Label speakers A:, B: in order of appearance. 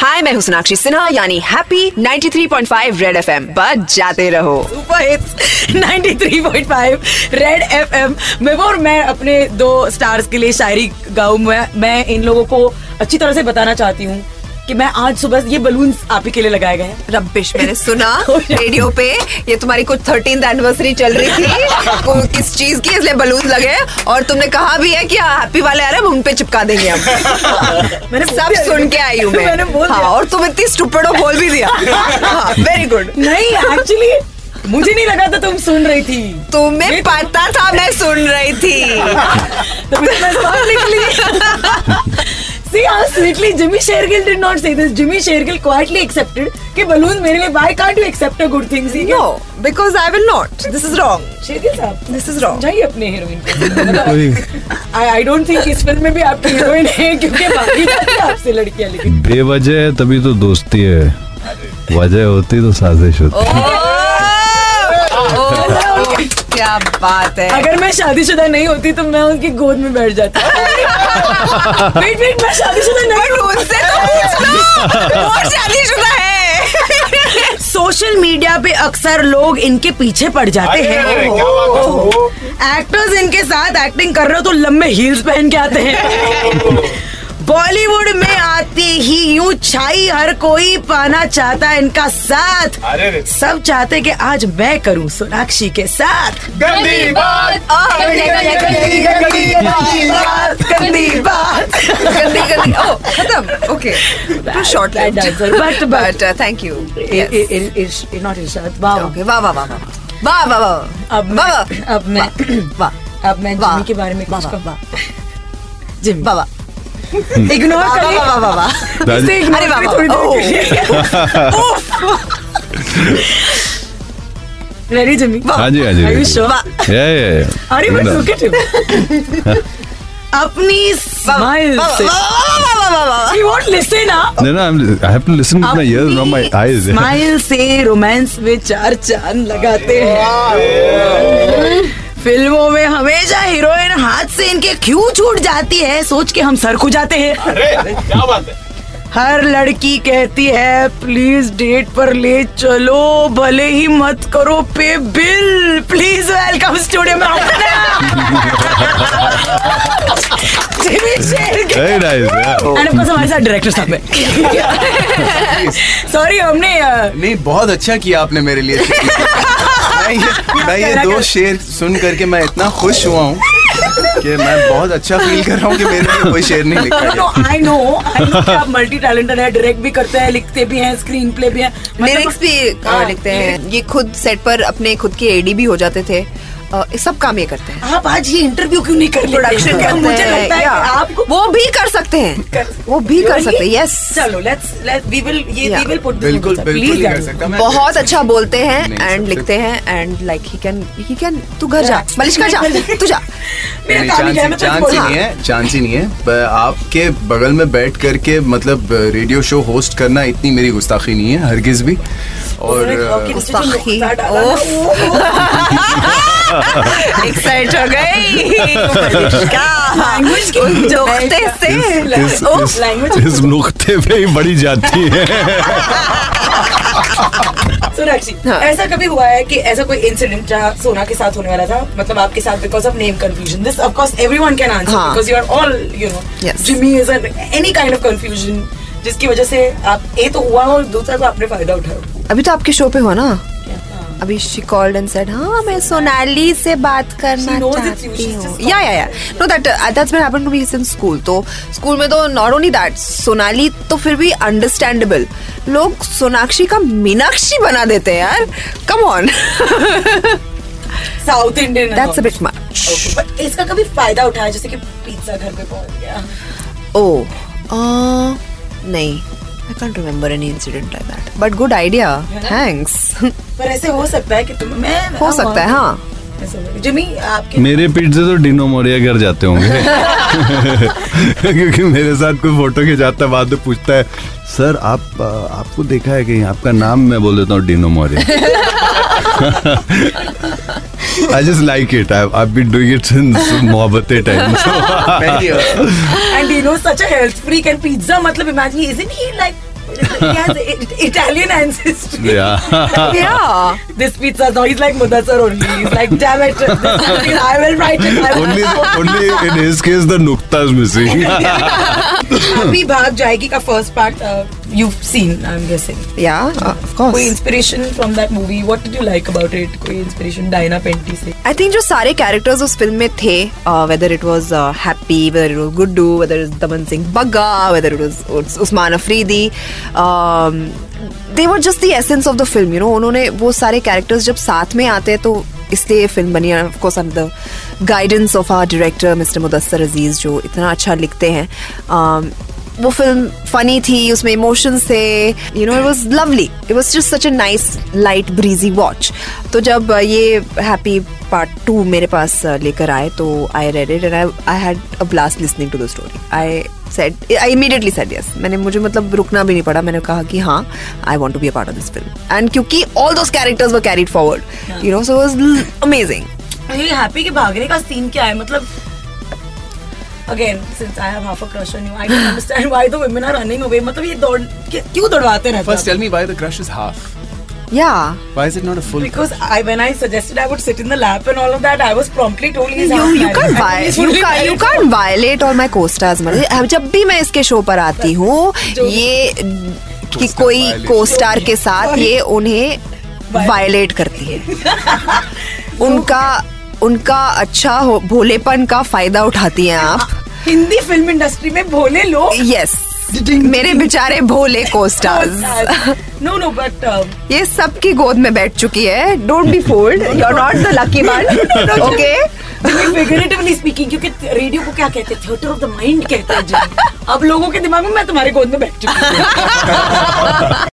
A: हाय मैं हूँ सोनाक्षी सिन्हा यानी हैप्पी 93.5 रेड एफएम बज जाते रहो
B: सुपर हिट्स 93.5 रेड एफएम में वो और मैं अपने दो स्टार्स के लिए शायरी गाऊं मैं मैं इन लोगों को अच्छी तरह से बताना चाहती हूँ कि मैं आज सुबह ये बलून आप ही के लिए लगाए गए हैं
A: रब्बिश मैंने सुना रेडियो पे ये तुम्हारी कुछ थर्टीन एनिवर्सरी चल रही थी को- किस चीज की इसलिए बलून लगे और तुमने कहा भी है कि हैप्पी वाले आ रहे हैं हम उन पे चिपका देंगे हम
B: मैंने बोल
A: सब
B: दिया।
A: सुन के आई हूँ मैं
B: मैंने बोल
A: हाँ,
B: दिया।
A: और तुम इतनी स्टूपिड हो बोल भी दिया हाँ, वेरी गुड
B: नहीं एक्चुअली मुझे नहीं लगा था तुम सुन रही थी
A: तुम्हें पता था मैं सुन रही थी
B: तो फिर मैं बाहर निकली See how sweetly Jimmy Shergill did not say this. Jimmy Shergill quietly accepted कि balloon मेरे लिए why can't you accept a good thing? See,
A: no because I will not this is wrong
B: Shergill साहब
A: this is wrong
B: जाइए अपने
C: तो
B: मतलब, heroine I I don't think इस फिल्म में भी आपकी हीरोइन है क्योंकि बाकी सारी आपसे लड़कियां लेकिन
C: बेवजह है तभी तो दोस्ती है वजह होती तो साजिश होती
A: क्या बात है
B: अगर मैं शादीशुदा नहीं होती तो मैं उनकी गोद में बैठ जाती वेट वेट मैं शादीशुदा नहीं
A: बट
B: हूँ
A: उनसे तो पूछ लो वो शादीशुदा है
B: सोशल मीडिया पे अक्सर लोग इनके पीछे पड़ जाते
D: अरे,
B: हैं
D: अरे, क्या बात है? ओहो।
B: एक्टर्स इनके साथ एक्टिंग कर रहे हो तो लंबे हील्स पहन के आते हैं बॉलीवुड में आते ही यूं छाई हर कोई पाना चाहता है इनका साथ
D: अरे रे।
B: सब चाहते कि आज मैं करूं सोनाक्षी के साथ
D: गंदी बात
B: बात करनी बात
A: गंदी गंदी ओ खत्म okay too short
B: Bad dancer, but- but-
A: but thank you
B: इ- इ- इर्ष- नॉट इर्शाद वाह
A: ओके वाह वाह वाह वाह वाह वाह वाह
B: अब मैं
A: वाह
B: अब मैं
A: वाह वाह
B: अब मैं
A: वाह।
B: जिमी uh, के बारे में कुछ
A: वाह,
B: कहूँ जिमी
A: वाह वाह
B: इग्नोर
A: वाह,
B: करिए
A: वाह, वाह, वाह।
B: इसे
C: दादी
B: ignore
A: अरे वाह,
B: करिए
A: वाह,
B: थोड़ी देर
A: ओह।
B: के लिए। Ready, Jimmy?
C: हाँ जी हाँ जी
B: Are you
C: बिल्कुल।
B: sure?
C: Yeah, yeah, yeah.
B: अरे बट
C: ना।
B: look at him. अपनी स्माइल
A: वाह,
B: से
A: वाह, वाह, वाह, वाह, वाह।
B: You won't listen, huh?
C: No, no, I'm, I have to listen with my ears, not my eyes.
B: Smile से रोमांस में चार चांद लगाते हैं फिल्मों में हमेशा हीरोइन हाथ से इनके क्यों छूट जाती है सोच के हम सर खुजाते हैं
D: अरे क्या बात है
B: हर लड़की कहती है प्लीज डेट पर ले चलो भले ही मत करो pay bill please welcome studio में Jimmy Shergill.
C: Very nice. Yeah.
B: And of course हमारे साथ डायरेक्टर साहब है सॉरी हमने uh, अ,
E: नहीं बहुत अच्छा किया आपने मेरे लिए मैं ये, मैं ये दो शेर सुन करके मैं इतना खुश हुआ हूँ कि मैं बहुत अच्छा फील कर रहा हूँ कि मेरे लिए कोई शेर नहीं लिखा गया
B: no I no I no आप मल्टी टैलेंटेड है डायरेक्ट भी करते हैं लिखते भी हैं स्क्रीन प्ले भी हैं मतलब-
A: लिरिक्स भी
B: हाँ,
A: अ, लिखते हैं ये खुद सेट पर अपने खुद के एडी भी हो जाते थे अ, ये सब काम ये करते हैं
B: आप आज ये इंटरव्यू क्यों नहीं कर लेते?
A: प्रोडक्शन
B: क्योंकि मुझे लगता है
A: या,
B: कि आपको
A: वो भी कर सकते हैं वो भी कर सकते हैं यस
B: चलो लेट्स लेट वी विल ये
A: Yeah.
B: वी विल पुट
E: बिल्कुल बिल्कुल
B: प्लीज
E: नहीं कर सकता मैं
A: बहुत अच्छा बोलते हैं
E: नहीं,
A: एंड
E: सब-
A: लिखते हैं and like he can he can तू घर जा
B: Yeah.
A: मलिश कर जा तू जा
B: मेरा
E: नहीं,
B: काम ही
E: चांस
B: क्या है, मैं तो
E: चांस
B: बोल-
E: ही नहीं है चांस ही नहीं है पर आपके बगल में बैठ करके मतलब रेडियो शो होस्ट करना इतनी मेरी गुस्ताखी नहीं है हरगिज भी और uh, अ,
A: गुस्ताखी। एक्साइट हो गई
B: Language की-
A: उन जोखते से
C: इस,
D: oh,
C: इस,
B: लैंग्वेज
C: इस नुक्ते पे ही बढ़ी जाती है
B: सोनाक्षी
A: हाँ।
B: ऐसा कभी हुआ है कि ऐसा कोई इंसिडेंट जहाँ सोना के साथ होने वाला था मतलब आपके साथ because of name confusion this of course everyone can answer
A: हाँ।
B: Because you are all you know
A: Yes.
B: Jimmy is any kind of confusion जिसकी वजह से आप ए तो हुआ और दूसरा तो आपने फायदा उठाया
A: अभी तो आपके शो पे हो ना
B: हाँ।
A: अभी शी कॉल्ड एंड सेड हाँ मैं सोनाली से बात करना
B: She knows it's you,
A: चाहती
B: she's
A: हूँ
B: just
A: या या या no that that's what happened to me in school तो स्कूल में तो नॉट ओनली दैट सोनाली तो फिर भी अंडरस्टैंडेबल लोग सोनाक्षी का मीनाक्षी बना देते हैं यार come on
B: south Indian
A: that's a bit much
B: but इसका कभी फायदा उठाया जैसे कि पिज्जा घर पे पहुंच गया
A: ओ Oh, uh, नहीं I can't remember any incident like that but good idea thanks
B: पर ऐसे हो सकता है कि तुम मैं
A: हो सकता है हाँ
B: हाँ जिमी आपके
C: मेरे पीठ से तो डिनो मोरिया घर जाते होंगे क्योंकि मेरे साथ कोई फोटो खिंचाता है बाद में पूछता है सर आप आ, आपको देखा है कहीं आपका नाम मैं बोल देता हूँ Dino Morea I just like it I I been doing it since Mohabbatein time
A: हाँ.
E: पहली बार।
B: And you know, such a health freak and pizza. मतलब imagine, isn't he like Italian ancestry.
C: Yeah.
A: Yeah.
B: This pizza now he's like Mudassar only. He's like, damn it, this is- I will write it. I will.
C: only, only in his case the nukta is missing.
B: Abhi Bhag Jayegi का first part uh, you've seen, I'm guessing.
A: Yeah, uh, of course.
B: कोई inspiration from that movie? What did you like about it? कोई inspiration Diana Penty से?
A: I think जो सारे characters उस film में थे uh, whether it was Happy whether it was Guddu whether is Daman Singh Bagga whether it was Usman Afridi um, they were just the essence of the film you know उन्होंने वो सारे कैरेक्टर्स जब साथ में आते हैं तो इसलिए ये फिल्म बनी है of course under the guidance of our director mister Mudassar Aziz जो इतना अच्छा लिखते हैं Um, वो फिल्म फनी थी उसमें इमोशंस थे you know it was lovely it was just such a nice light breezy watch तो जब अ, ये हैप्पी पार्ट टू मेरे पास अ, लेकर आए तो I read it and I had a blast listening to the story I said I immediately said yes मैंने मुझे मतलब रुकना भी नहीं पड़ा मैंने कहा कि हाँ I want to be a part of this film and क्योंकि all those characters were carried forward you know so was amazing
B: ये हैप्पी के भागने का सीन क्या है मतलब again since I have half a crush on you I can understand why the women are running away मतलब ये दौड़ के- क्यों दौड़वाते रहते
E: uh, First,
B: हैं
E: tell me why the crush is half.
A: या
E: Why is it not a full?
B: Because I, when I suggested I would sit in the lap and all of that, I was promptly told he's
A: you
B: half
A: you
B: married.
A: can't
B: I
A: violate you
B: think he's fully
A: can't you
B: married.
A: can't violate all my co-stars मतलब जब भी मैं इसके show पर आती हूँ
B: जो-
A: ये कि कोई
E: violation.
A: co-star के साथ ये उन्हें वायलेट करती है उनका उनका अच्छा हो- भोलेपन का फायदा उठाती हैं आप
B: हिंदी फिल्म इंडस्ट्री में भोले लोग
A: यस मेरे बेचारे भोले को-स्टार्स
B: नो नो बट
A: ये सबकी गोद में बैठ चुकी है don't be fooled you are not the lucky one okay
B: figuratively speaking क्योंकि रेडियो को क्या कहते हैं थिएटर ऑफ द माइंड कहते हैं जी अब लोगों के दिमाग में मैं तुम्हारे गोद में बैठ चुकी हूँ